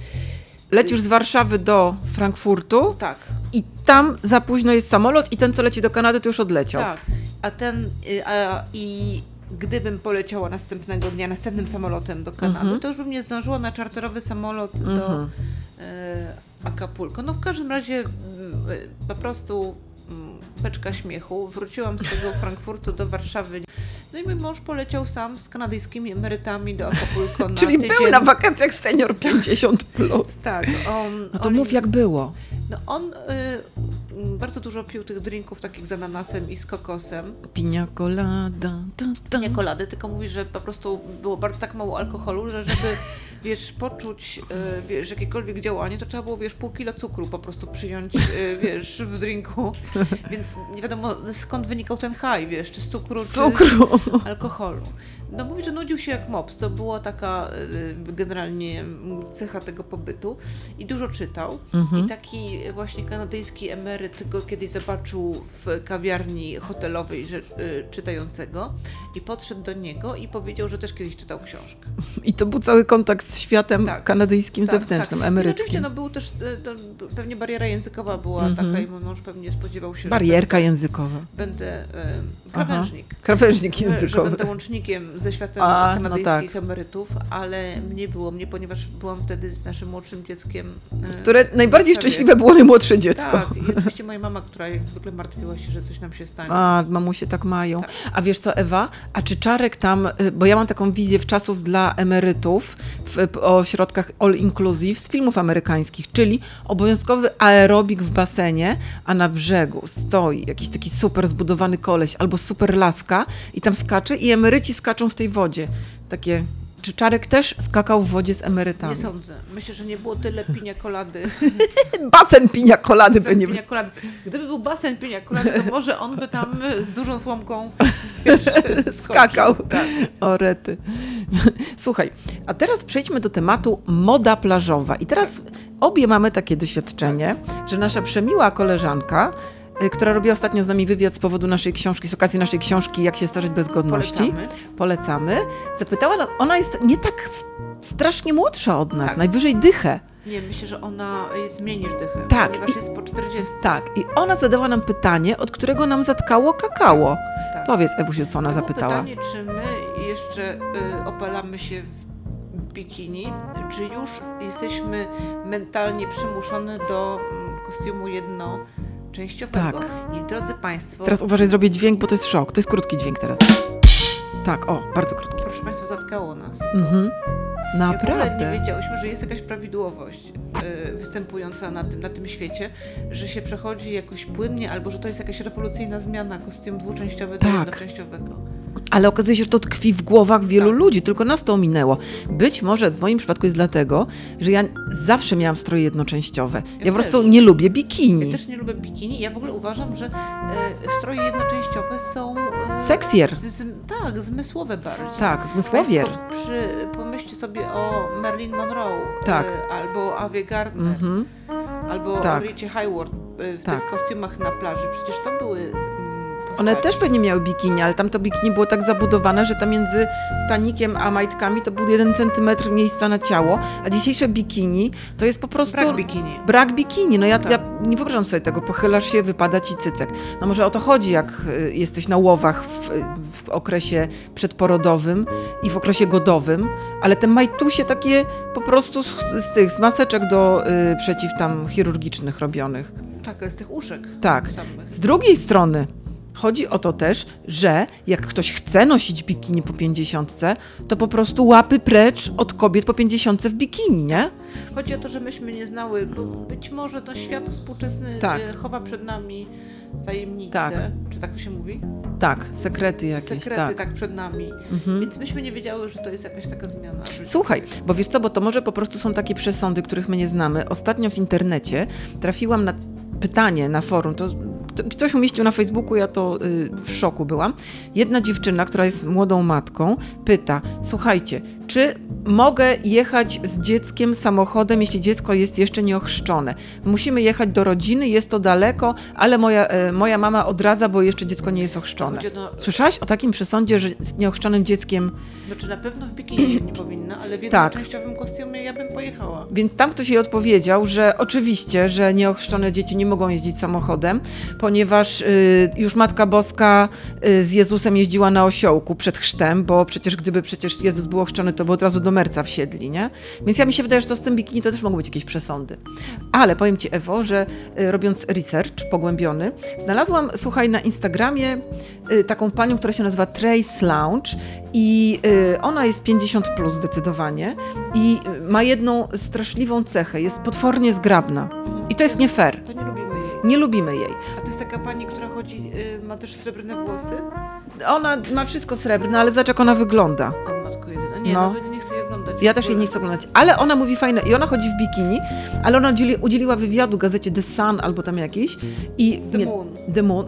lecisz z Warszawy do Frankfurtu
tak,
i tam za późno jest samolot i ten, co leci do Kanady, to już odleciał.
Tak. A ten y, a, i gdybym poleciała następnego dnia następnym samolotem do Kanady,
Mhm.
to już bym nie zdążyła na czarterowy samolot do
Mhm.
y, Acapulco. No w każdym razie mm, y, po prostu mm, beczka śmiechu. Wróciłam z tego Frankfurtu do Warszawy. No i mój mąż poleciał sam z kanadyjskimi emerytami do Acapulco na
Czyli
tydzień.
był na wakacjach senior 50 plus.
Tak, on,
No to
on-
mów jak było.
no on y, mm, bardzo dużo pił tych drinków takich z ananasem i z kokosem.
Pinia colada. Ta, ta.
nie kolady, tylko mówi, że po prostu było bardzo tak mało alkoholu, że żeby wiesz, poczuć y, wiesz, jakiekolwiek działanie, to trzeba było wiesz, pół kilo cukru po prostu przyjąć y, wiesz, w drinku. Więc nie wiadomo skąd wynikał ten haj, wiesz, czy z cukru,
Z Cukru.
czy alkoholu. No mówi, że nudził się jak mops, to była taka y, generalnie mm, cecha tego pobytu i dużo czytał. I
Mhm.
taki właśnie kanadyjski emeryt go kiedyś zobaczył w kawiarni hotelowej że, y, czytającego i podszedł do niego i powiedział, że też kiedyś czytał książkę.
I to był cały kontakt z światem
Tak.
kanadyjskim
Tak,
zewnętrznym,
tak. I oczywiście
emeryckim.
no, był też, y, no, b- pewnie bariera językowa była
Mhm.
taka i mój mąż pewnie spodziewał się,
Barierka językowa.
że będę y, krawężnik.
Krawężnik
że- Że
językowy.
będę łącznikiem ze światem
A, no
kanadyjskich emerytów, ale mnie było mnie, ponieważ byłam wtedy z naszym młodszym dzieckiem. y,
Które
w
najbardziej
Warszawie.
szczęśliwe było najmłodsze dziecko.
Tak, i oczywiście moja mama, która jak zwykle martwiła się, że coś nam się stanie.
A, mamusie tak mają.
Tak.
A wiesz co, Ewa? A czy Czarek tam, y, bo ja mam taką wizję w czasów dla emerytów w, o środkach all inclusive z filmów amerykańskich, czyli obowiązkowy aerobik w basenie, a na brzegu stoi jakiś taki super zbudowany koleś albo super laska i tam skacze i emeryci skaczą w tej wodzie. Takie... Czy Czarek też skakał w wodzie z emerytami?
Nie sądzę. Myślę, że nie było tyle pinia kolady.
Basen pinia kolady by nie
pinia kolady. Gdyby był basen pinia kolady, to może on by tam z dużą słomką wiesz, skoczył.
Skakał.
Tak.
O rety. Słuchaj, a teraz przejdźmy do tematu moda plażowa. I teraz obie mamy takie doświadczenie, że nasza przemiła koleżanka, y, która robiła ostatnio z nami wywiad z powodu naszej książki, z okazji naszej książki Jak się starzeć bez godności,
Polecamy.
polecamy, zapytała, nas- ona jest nie tak s- strasznie młodsza od nas,
Tak.
najwyżej dychę.
Nie, myślę, że ona zmienisz dychę,
Tak,
ponieważ
i-
jest po 40.
Tak, i ona zadała nam pytanie, od którego nam zatkało kakao.
Tak.
Powiedz, Ewusiu, co ona
Było
zapytała.
pytanie, czy my jeszcze y, opalamy się w bikini, czy już jesteśmy mentalnie przymuszone do mm, kostiumu jednoczęściowego.
Tak.
I drodzy Państwo,
Teraz uważaj, zrobię dźwięk, bo to jest szok. To jest krótki dźwięk teraz. Tak, o, bardzo krótki.
proszę Państwa, zatkało nas.
Mhm.
Ja w ogóle nie
Naprawdę.
wiedziałyśmy, że jest jakaś prawidłowość y, występująca na tym, na tym świecie, że się przechodzi jakoś płynnie, albo że to jest jakaś rewolucyjna zmiana kostium dwuczęściowy do
Tak.
jednoczęściowego.
Ale okazuje się, że to tkwi w głowach wielu
Tak.
ludzi, tylko nas to ominęło. Być może w moim przypadku jest dlatego, że ja zawsze miałam stroje jednoczęściowe. Ja,
Ja
po prostu
też.
nie lubię bikini.
Ja też nie lubię bikini. Ja w ogóle uważam, że e, stroje jednoczęściowe są. E,
Sexier.
Z, z, tak, zmysłowe bardziej.
Tak, zmysłowier.
Państwo przy, pomyślcie sobie o Marilyn Monroe,
Tak.
e, albo o Avie Gardner,
Mhm.
albo
Tak.
o Rita Hayward e, w
Tak.
tych kostiumach na plaży. Przecież to były mm, postaci.
One też pewnie miały bikini, ale tam to bikini było tak zabudowane, że tam między stanikiem a majtkami to był jeden centymetr miejsca na ciało, a dzisiejsze bikini to jest po prostu...
Brak bikini.
Brak bikini. No ja,
Tak.
ja nie wyobrażam sobie tego. Pochylasz się, wypada ci cycek. No może o to chodzi, jak y, jesteś na łowach w, y, w okresie przedporodowym i w okresie godowym, ale te majtusie takie po prostu z, z tych, z maseczek do y, przeciw tam chirurgicznych robionych.
Tak, z tych uszek.
Tak.
Samych.
Z drugiej strony chodzi o to też, że jak ktoś chce nosić bikini po pięćdziesiątce, to po prostu łapy precz od kobiet po pięćdziesiątce w bikini, nie?
Chodzi o to, że myśmy nie znały, bo być może ten świat współczesny
Tak.
e, chowa przed nami tajemnice.
Tak.
Czy tak to się mówi?
Tak, sekrety jakieś,
Sekrety
tak.
tak. przed nami.
Mhm.
Więc myśmy nie wiedziały, że to jest jakaś taka zmiana. w życiu.
Słuchaj, bo wiesz co, bo to może po prostu są takie przesądy, których my nie znamy. Ostatnio w internecie trafiłam na pytanie na forum, to kto- ktoś umieścił na Facebooku, ja to y, w szoku byłam. Jedna dziewczyna, która jest młodą matką, pyta: "Słuchajcie, czy mogę jechać z dzieckiem samochodem, jeśli dziecko jest jeszcze nieochrzczone? Musimy jechać do rodziny, jest to daleko, ale moja, y, moja mama odradza, bo jeszcze dziecko nie jest ochrzczone."
Chodzi o to,
Słyszałaś o takim przesądzie, że z nieochrzczonym dzieckiem
Znaczy na pewno w bikini nie powinna,
Tak.
ale w jednoczęściowym kostiumie ja bym pojechała.
Więc tam ktoś jej odpowiedział, że oczywiście, że nieochrzczone dzieci nie mogą jeździć samochodem, ponieważ y, już Matka Boska y, z Jezusem jeździła na osiołku przed chrztem, bo przecież gdyby przecież Jezus był ochrzczony, to by od razu do merca wsiedli, nie? Więc ja mi się wydaje, że to z tym bikini to też mogą być jakieś przesądy. Ale powiem Ci, Ewo, że y, robiąc research pogłębiony, znalazłam, słuchaj, na Instagramie y, taką panią, która się nazywa Trace Lounge i y, ona jest 50 plus zdecydowanie i y, ma jedną straszliwą cechę, jest potwornie zgrabna. I to jest nie fair.
To nie lubimy jej.
Nie lubimy jej.
A to jest taka pani, która chodzi, y, ma też srebrne włosy.
Ona ma wszystko srebrne, ale zobacz jak ona wygląda.
O matko jedyna. Nie,
No.
no. to nie chcę jej oglądać.
Ja
w
też jej
ogóle.
nie chcę oglądać, ale ona mówi fajne i ona chodzi w bikini, ale ona udzieli, udzieliła wywiadu gazecie The Sun albo tam jakiejś i...
The
nie-
Moon.
The Moon.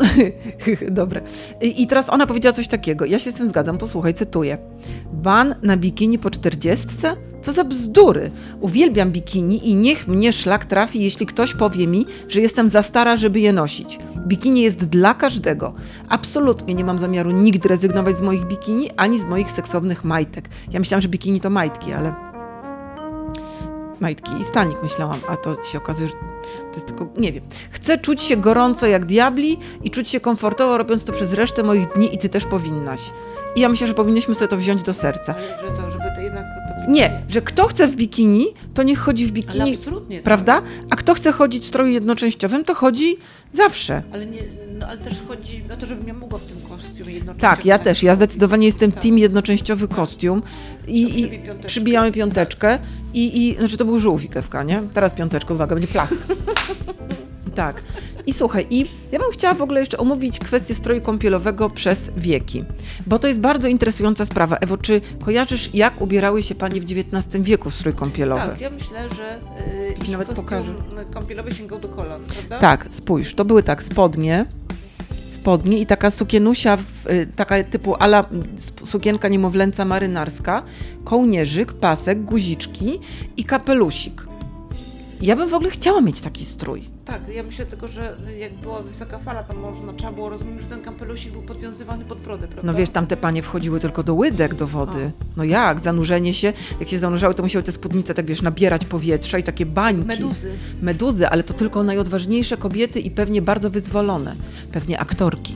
Dobre. I, I teraz ona powiedziała coś takiego. Ja się z tym zgadzam. Posłuchaj, cytuję. Ban na bikini po czterdziestce? Co za bzdury. Uwielbiam bikini i niech mnie szlak trafi, jeśli ktoś powie mi, że jestem za stara, żeby je nosić. Bikini jest dla każdego. Absolutnie nie mam zamiaru nigdy rezygnować z moich bikini, ani z moich seksownych majtek. Ja myślałam, że bikini to majtki, ale... Majtki i stanik myślałam, a to się okazuje, że to jest tylko, nie wiem. Chcę czuć się gorąco jak diabli i czuć się komfortowo, robiąc to przez resztę moich dni i ty też powinnaś. I ja myślę, że powinniśmy sobie to wziąć do serca.
Ale że co, żeby to jednak... To bikini-
Nie, że kto chce w bikini, to niech chodzi w
Ale
bikini,
absolutnie. tak.
prawda? A kto chce chodzić w stroju jednoczęściowym, to chodzi zawsze.
Ale, nie, no, ale też chodzi o to, żebym ja mogła w tym kostiumie jednocześnie...
Tak, ja też. Ja zdecydowanie jestem
Tak.
team jednoczęściowy kostium i, i
przybij piąteczkę.
przybijamy piąteczkę i, i znaczy to był żółwik Ewka, nie? Teraz piąteczkę, uwaga, będzie plastik. Tak. I słuchaj, i ja bym chciała w ogóle jeszcze omówić kwestię stroju kąpielowego przez wieki, bo to jest bardzo interesująca sprawa. Ewo, czy kojarzysz, jak ubierały się panie w XIX wieku w strój kąpielowy?
Tak, ja myślę, że y, jeśli
nawet
kostium y,
pokażę.
kąpielowy sięgał do kolan, prawda?
Tak, spójrz, to były tak spodnie, spodnie i taka sukienusia, w, y, taka typu ala sukienka niemowlęca marynarska, kołnierzyk, pasek, guziczki i kapelusik. Ja bym w ogóle chciała mieć taki strój.
Tak, ja myślę tylko, że jak była wysoka fala, to można trzeba było rozumieć, że ten kampelusik był podwiązywany pod brodę, prawda?
No wiesz, tamte panie wchodziły tylko do łydek, do wody. No jak, zanurzenie się, jak się zanurzały, to musiały te spódnice tak wiesz, nabierać powietrza i takie bańki.
Meduzy.
Meduzy, ale to tylko najodważniejsze kobiety i pewnie bardzo wyzwolone, pewnie aktorki.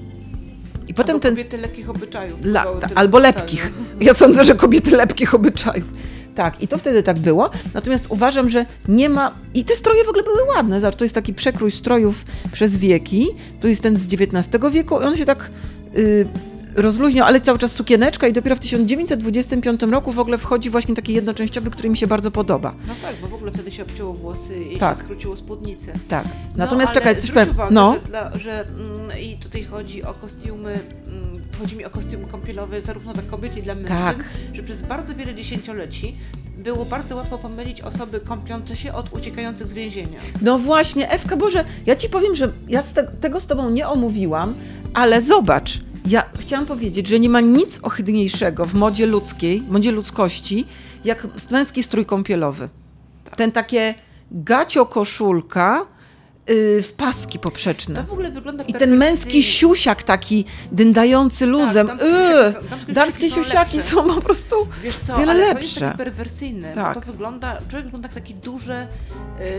I potem
albo
ten
kobiety lekkich obyczajów.
La,
bywały
ta,
tylko-
albo
tak,
lepkich.
no.
Ja sądzę, że kobiety lepkich obyczajów. Tak, i to wtedy tak było. Natomiast uważam, że nie ma. I te stroje w ogóle były ładne. Zobacz, to jest taki przekrój strojów przez wieki. Tu jest ten z XIX wieku i on się tak. y, rozluźniał, ale cały czas sukieneczka i dopiero w 1925 roku w ogóle wchodzi właśnie taki jednoczęściowy, który mi się bardzo podoba.
No tak, bo w ogóle wtedy się obcięło włosy i
Tak.
się skróciło spódnicę.
Tak. Natomiast
no, ale
czekaj, coś
zwróć
powiem.
Uwagę,
no,
że, dla, że mm, i tutaj chodzi o kostiumy, mm, chodzi mi o kostium kąpielowy zarówno dla kobiet i dla mężczyzn,
Tak.
że przez bardzo wiele dziesięcioleci było bardzo łatwo pomylić osoby kąpiące się od uciekających z więzienia.
no właśnie, Ewka, Boże, ja ci powiem, że ja z te, tego z tobą nie omówiłam, ale zobacz, ja chciałam powiedzieć, że nie ma nic ohydniejszego w modzie ludzkiej, modzie ludzkości, jak męski strój kąpielowy.
Tak.
Ten takie gacio koszulka yy, w paski poprzeczne.
No, To w ogóle wygląda
No. I ten męski
perfekcyjnie.
siusiak taki dędający luzem.
damskie
Yy,
siusiaki są-
damskie siusiaki są po prostu.
Wiesz co,
wiele
ale to jest
lepsze.
takie perwersyjne,
Tak.
bo to wygląda, człowiek wygląda jak takie duże,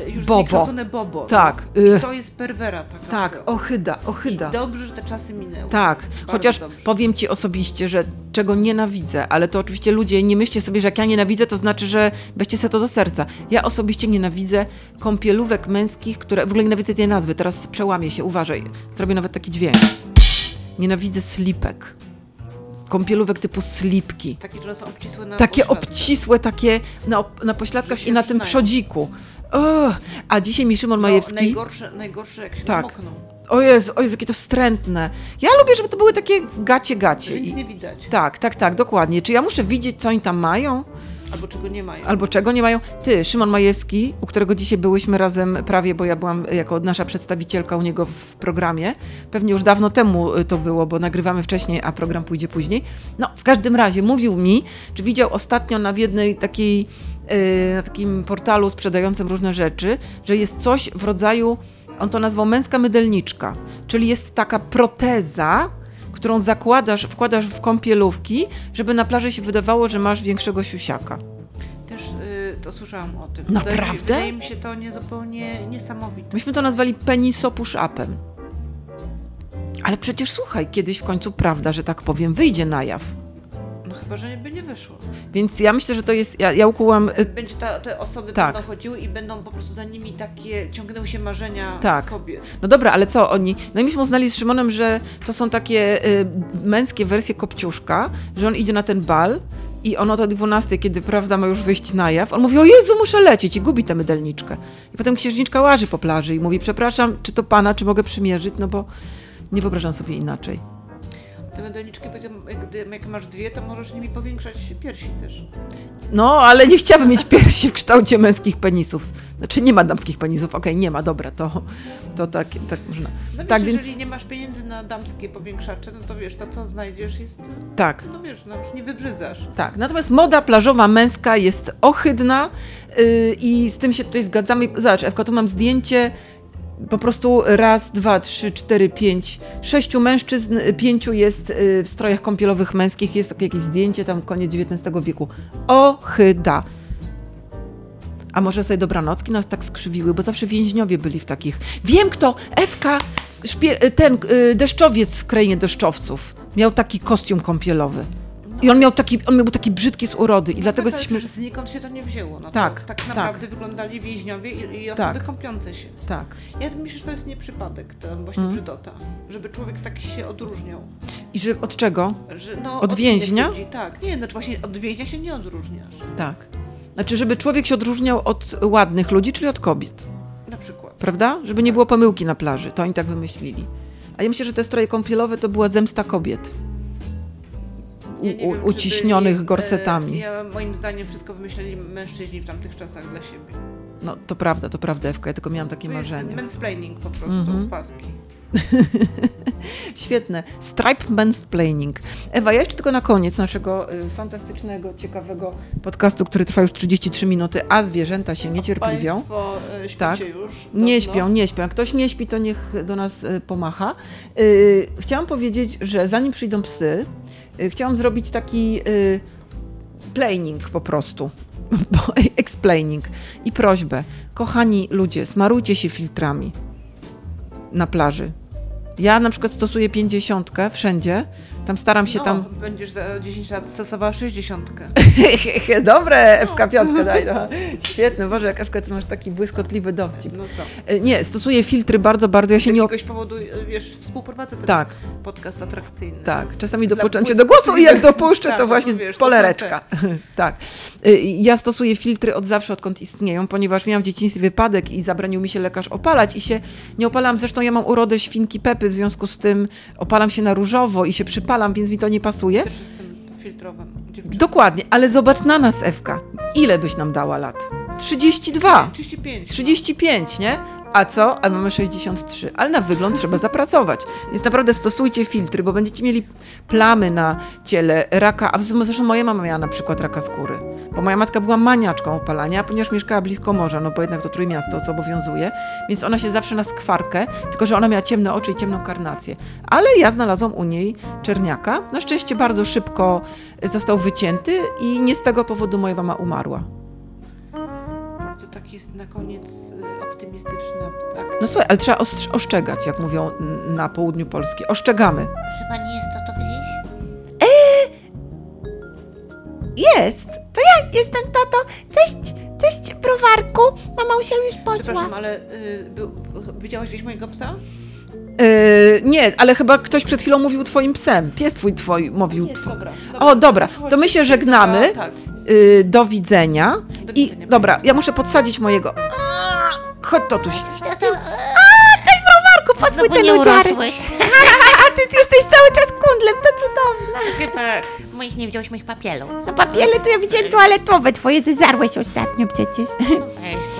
y, już
Bobo.
bobo. zniekształcone bobo.
Tak,
No.
y.
I to jest perwera taka.
Tak, ohydda,
I
ohydda.
dobrze, że te czasy minęły.
Tak, chociaż
dobrze.
powiem ci osobiście, że czego nienawidzę, ale to oczywiście ludzie nie myślcie sobie, że jak ja nienawidzę, to znaczy, że weźcie sobie to do serca. Ja osobiście nienawidzę kąpielówek męskich, które w ogóle nienawidzę tej nazwy, teraz przełamię się, uważaj, zrobię nawet taki dźwięk. Nienawidzę slipek. Kąpielówek typu slipki.
Takie, że one są obcisłe na
takie
pośladkach.
obcisłe, takie na, op- na pośladkach
Że się
i na tym
ruszają.
przodziku. Ugh. a dzisiaj mi Szymon
No,
Majewski.
Najgorsze, najgorsze jak się
Tak.
tak. namokną,
O Jezu, o Jezu, jakie to wstrętne. Ja lubię, żeby to były takie gacie, gacie.
że nic
I-
nie widać,
Tak, tak, tak, dokładnie. Czy ja muszę widzieć, co oni tam mają?
albo czego nie mają.
Albo czego nie mają? Ty, Szymon Majewski, u którego dzisiaj byłyśmy razem prawie, bo ja byłam jako nasza przedstawicielka u niego w programie. Pewnie już dawno temu y, to było, bo nagrywamy wcześniej, a program pójdzie później. No, w każdym razie mówił mi, czy widział ostatnio na w jednej takiej, y, na takim portalu sprzedającym różne rzeczy, że jest coś w rodzaju, on to nazwał męska mydelniczka, czyli jest taka proteza, którą zakładasz, wkładasz w kąpielówki, żeby na plaży się wydawało, że masz większego siusiaka.
Też y, to słyszałam o tym. Wydaje, mi-
Naprawdę?
wydaje mi się to nie, zupełnie niesamowite.
Myśmy to nazwali peniso push-upem. Ale przecież słuchaj, kiedyś w końcu prawda, że tak powiem, wyjdzie na jaw.
No chyba, że by nie wyszło.
Więc ja myślę, że to jest. Ja, ja ukułam. y,
Będzie ta, te osoby
Tak.
będą chodziły i będą po prostu za nimi takie, ciągnęły się marzenia
Tak.
kobiet.
No dobra, ale co oni? No i myśmy uznali z Szymonem, że to są takie y, męskie wersje kopciuszka, że on idzie na ten bal i on o 12, kiedy prawda ma już wyjść na jaw, on mówi: O Jezu, muszę lecieć i gubi tę mydelniczkę. I potem księżniczka łaży po plaży i mówi: Przepraszam, czy to pana, czy mogę przymierzyć? No bo nie wyobrażam sobie inaczej.
Te medalniczki, potem, gdy- jak masz dwie, to możesz nimi powiększać piersi też.
No, ale nie chciałabym mieć piersi w kształcie męskich penisów. Znaczy nie ma damskich penisów, okej, nie ma, dobra, to, to tak, tak można.
No wiesz,
Tak,
jeżeli
więc-
nie masz pieniędzy na damskie powiększacze, no to wiesz, to co znajdziesz jest,
Tak,
no wiesz, no już nie wybrzydzasz.
tak. Natomiast moda plażowa męska jest ohydna yy, i z tym się tutaj zgadzamy. Zobacz, Ewka, tu mam zdjęcie po prostu raz, dwa, trzy, cztery, pięć, sześciu mężczyzn, y, pięciu jest y, w strojach kąpielowych męskich, jest takie jakieś zdjęcie tam koniec XIX wieku. Ohyda. A może sobie dobranocki nas tak skrzywiły, bo zawsze więźniowie byli w takich. Wiem kto, Ewka, szpie- ten y, deszczowiec w krainie deszczowców miał taki kostium kąpielowy. I on miał taki, on był taki brzydki z urody i dlatego
tak, ale
jesteśmy...
przecież Znikąd się to nie wzięło. No
Tak,
to, tak
tak.
naprawdę wyglądali więźniowie i, i osoby
Tak.
kąpiące się.
Tak.
Ja myślę, że to jest nie przypadek, ta
Mhm.
właśnie brzydota. Żeby człowiek tak się odróżniał.
I że od czego?
Że, no,
Od
innych
więźnia?
Ludzi, tak. Nie, znaczy właśnie od więźnia się nie odróżniasz.
Tak. Znaczy, żeby człowiek się odróżniał od ładnych ludzi, czyli od kobiet.
Na przykład.
prawda? Żeby nie było pomyłki na plaży. To oni tak wymyślili. A ja myślę, że te stroje kąpielowe to była zemsta kobiet. U,
Ja nie wiem,
u,
czy
uciśnionych
byli, e,
gorsetami.
Ja, moim zdaniem wszystko wymyśleli mężczyźni w tamtych czasach dla siebie.
No to prawda, to prawda, Ewka, ja tylko miałam takie
to No, jest
marzenie.
mansplaining po prostu
Mhm.
w paski.
Świetne. Stripe mansplaining. Ewa, ja jeszcze tylko na koniec naszego y, fantastycznego, ciekawego podcastu, który trwa już 33 minuty, a zwierzęta się niecierpliwią.
Państwo e, śpicie
Tak.
już. no,
Nie
Dobrno.
śpią, nie śpią. Jak ktoś nie śpi, to niech do nas y, pomacha. Y, chciałam powiedzieć, że zanim przyjdą psy, y, chciałam zrobić taki y, planing po prostu. Bo- Explaining i prośbę. Kochani ludzie, smarujcie się filtrami na plaży. Ja na przykład stosuję pięćdziesiątkę wszędzie, Tam staram się
no,
tam
Będziesz za 10 lat stosowała 60.
Dobre, Ewka, piątkę daj. No. Świetne, Boże, jak Ewka, ty masz taki błyskotliwy dowcip.
No co?
E, Nie, stosuję filtry bardzo, bardzo. Ja
Z
się nie. o-
jakiegoś powodu, y, wiesz, współprowadzę ten
Tak,
podcast atrakcyjny.
tak. Czasami
Dla
dopuszczam cię do
błysku.
głosu i jak dopuszczę,
Tak,
to
to
właśnie
wiesz, to są
polereczka. Tak. E, Ja stosuję filtry od zawsze, odkąd istnieją, ponieważ miałam w dzieciństwie wypadek i zabranił mi się lekarz opalać i się nie opalam. Zresztą ja mam urodę świnki Pepy, w związku z tym opalam się na różowo i się przypalam, więc mi to nie pasuje.
Też jestem filtrową dziewczyną.
Dokładnie, ale zobacz na nas, Ewka. Ile byś nam dała lat? 32.
35.
35, nie? A co? A mamy 63. Ale na wygląd trzeba zapracować. Więc naprawdę stosujcie filtry, bo będziecie mieli plamy na ciele, raka. A w sumie zresztą moja mama miała na przykład raka skóry. Bo moja matka była maniaczką opalania, a ponieważ mieszkała blisko morza, no bo jednak to trójmiasto, co obowiązuje. Więc ona się zawsze na skwarkę, tylko że ona miała ciemne oczy i ciemną karnację. Ale ja znalazłam u niej czerniaka. Na szczęście bardzo szybko e, został wycięty i nie z tego powodu moja mama umarła.
No. Bardzo taki jest na koniec y, optymistyczny. Tak.
No słuchaj, ale trzeba ostrz- oszczegać, jak mówią n- na południu Polski. Oszczegamy.
Proszę pani, jest to to gdzieś?
Jest! To ja jestem Toto. Cześć, cześć, browarku. Mamusia już
No,
poszła.
Przepraszam, ale y, był, widziałaś gdzieś mojego psa?
Yy, nie, ale chyba ktoś przed chwilą mówił twoim psem. Pies twój, twój mówił.
Jest,
Two...
dobra.
O, dobra, to my się żegnamy.
Tak,
Yy, do widzenia.
do
I
widzenia,
dobra, ja muszę podsadzić mojego. Aaa, Chodź, totuś.
To to e,
Marku, pozwól
znowu
ten
nie
udziar.
urosłeś.
A ty jesteś cały czas kundlem, to cudowne.
No, Chyba moich nie wziąłeś moich papierów.
No papiele to ja widziałem toaletowe twoje, zezarłeś ostatnio przecież.
Ej,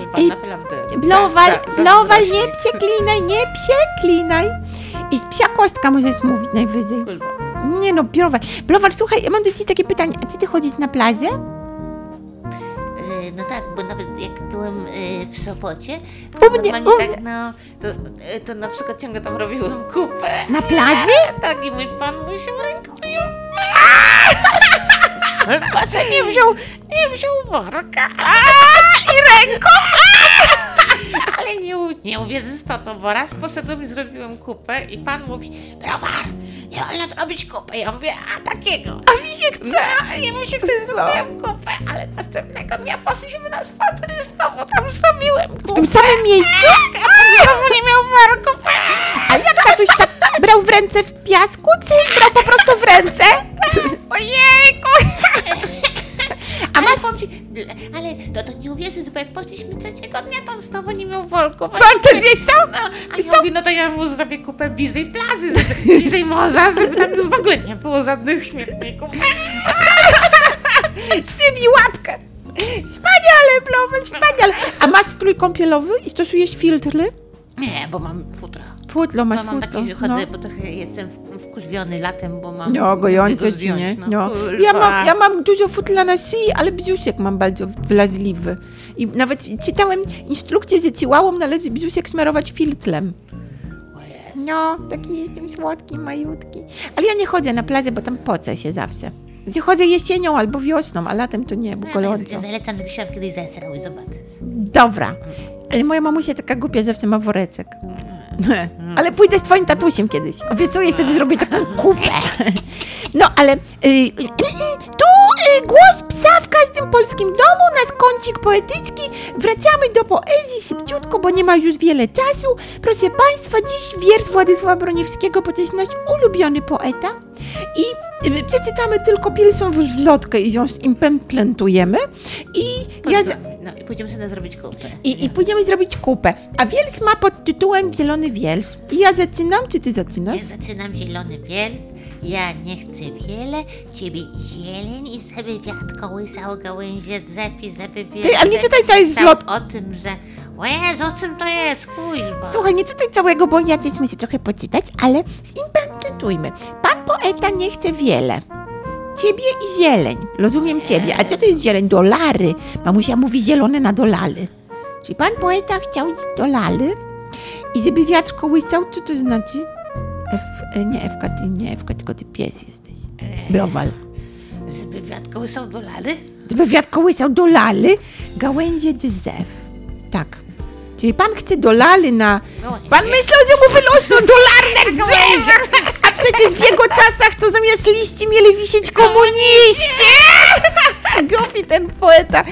kurwa,
Ej,
naprawdę.
no,
Blowal,
tak,
blowal,
zazdrośnie.
nie przeklinaj, nie przeklinaj. I z psia kostka możesz mówić najwyżej.
Kurwa.
Nie no, blowal. Blowal, słuchaj, ja mam do ciebie takie pytanie. A czy ty chodzisz na plazę?
E, No tak, bo nawet jak byłem e, w Sopocie,
U
to
mnie,
normalnie
u
tak no, to, e, to na przykład ciągle tam robiłem kupę.
Na plazy?
Tak i mój pan mu się w ręku bił. Pasa nie wziął, nie wziął worka. I ręką. Ale nie, u- nie uwierzysz to, to, bo raz poszedłem i zrobiłem kupę i pan mówi, browar, nie wolno zrobić kupy. Ja mówię, a takiego. No,
A mi się chce.
A ja mi się chce zrobiłem kupę, ale następnego dnia poszliśmy na spacer i znowu tam zrobiłem
W
kupę.
tym samym miejscu?
Tak, a pan znowu nie miał worków.
A jak tatuś tak brał w ręce w piasku, czy brał po prostu w ręce?
Ojejku!
A
Ale,
masz...
powiem ci, ale no to nie uwierzysz, bo jak poszliśmy trzeciego dnia, to on znowu nie miał worków.
To, to wiesz co?
No, a
wiesz
ja
co?
mówię, no to ja mu zrobię kupę bliżej plazy, żeby- bliżej morza, żeby tam już w ogóle nie było żadnych śmietników.
Przybi łapkę. Wspaniale, Blowel, wspaniale. A masz strój kąpielowy i stosujesz filtry?
Nie, bo mam futra.
Futlo
No,
masz,
mam
futlo.
taki, chodzę, bo trochę jestem w- wkurwiony latem, bo mam...
No, gojące
Tego
ci, nie?
zdjąć, no.
No.
Kurwa.
Ja mam, ja mam dużo futla na szyi, ale brzuszek mam bardzo wrażliwy. I nawet czytałem instrukcję, że ciłałom należy brzuszek smarować filtrem.
Ojej.
No, taki jestem słodki, majutki. Ale ja nie chodzę na plazę, bo tam pocę się zawsze. Gdzie Chodzę jesienią albo wiosną, a latem to nie, bo gorąco.
Ja zalecam, żebyś się kiedyś zesrał i zobaczysz.
Dobra. Ale moja mamusia taka głupia zawsze ma woreczek. Ale pójdę z twoim tatusiem kiedyś. Obiecuję, wtedy zrobię taką kupę. No, ale y, y, tu y, głos psa w każdym polskim domu, nasz kącik poetycki. Wracamy do poezji szybciutko, bo nie ma już wiele czasu. Proszę państwa, dziś wiersz Władysława Broniewskiego, bo to jest nasz ulubiony poeta. I y, przeczytamy tylko pierwszą wlotkę i ją implementujemy. I ja... Z...
No i pójdziemy sobie zrobić kupę.
I, I pójdziemy zrobić kupę. A wiels ma pod tytułem Zielony Wiels. I ja zaczynam, czy ty zaczynasz?
Ja zaczynam zielony piels, ja nie chcę wiele, ciebie zieleń i sobie wiatko łysał gałęzie drzewi, żeby wiele...
ale nie czytaj całej z wlot-
O tym, że... O Jezu, o czym to jest, kurwa?
Słuchaj, nie czytaj całego, bo ja też muszę trochę poczytać, ale zimplementujmy. Pan poeta nie chce wiele. Ciebie i zieleń. Rozumiem ciebie. A co to jest zieleń? Dolary. Mamusia mówi zielone na dolary. Czyli pan poeta chciał dolary i żeby wiatr kołysał, co to znaczy? F, e, nie Ewka, ty nie Ewka, tylko ty pies jesteś. Browal.
Żeby wiatko łysał do lady?
Gdyby wiatr kołysał do lali, gałęzie drzew. Tak. Czyli pan chce dolary na...
Gałęzie.
Pan myślał, że mu wylosną dolarne drzewa, a Przecież w jego czasach to zamiast liści mieli wisieć komuniści! Gopi ten poeta.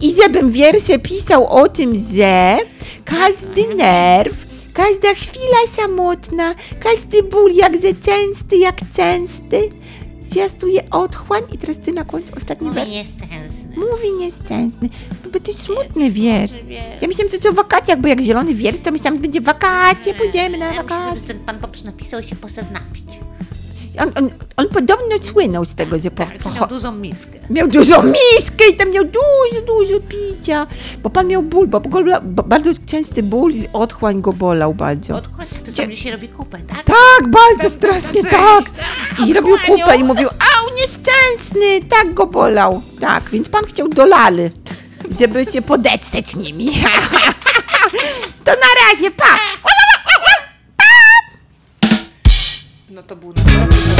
I żebym wiersze pisał o tym, że każdy nerw, każda chwila samotna, każdy ból jakże częsty, jak częsty, zwiastuje otchłań i teraz ty na końcu ostatni wers.
Nie jest sensny.
Mówi nieszczęsny, bo to jest smutny wiersz.
Wiem.
Ja myślałam, że to o wakacjach, bo jak zielony wiersz, to myślałam, że będzie wakacje, pójdziemy na
Ja myślę,
wakacje.
żeby ten pan poprze napisał i się poszedł napić.
On, on, on podobno słynął z tego, że po,
Tak,
po,
to miał dużą miskę.
miał dużo miskę i tam miał dużo, dużo picia, bo pan miał ból, bo, go, bo bardzo częsty ból, i otchłań go bolał bardzo.
Odkładaj, to tam gdzie się robi kupę, tak?
Tak, bardzo strasznie,
coś,
tak. I robił
otchłaniu.
kupę i mówił, au, nieszczęsny, tak go bolał. Tak, więc pan chciał dolary, żeby się podeczeć nimi. To na razie, pa!
No to był naprawdę...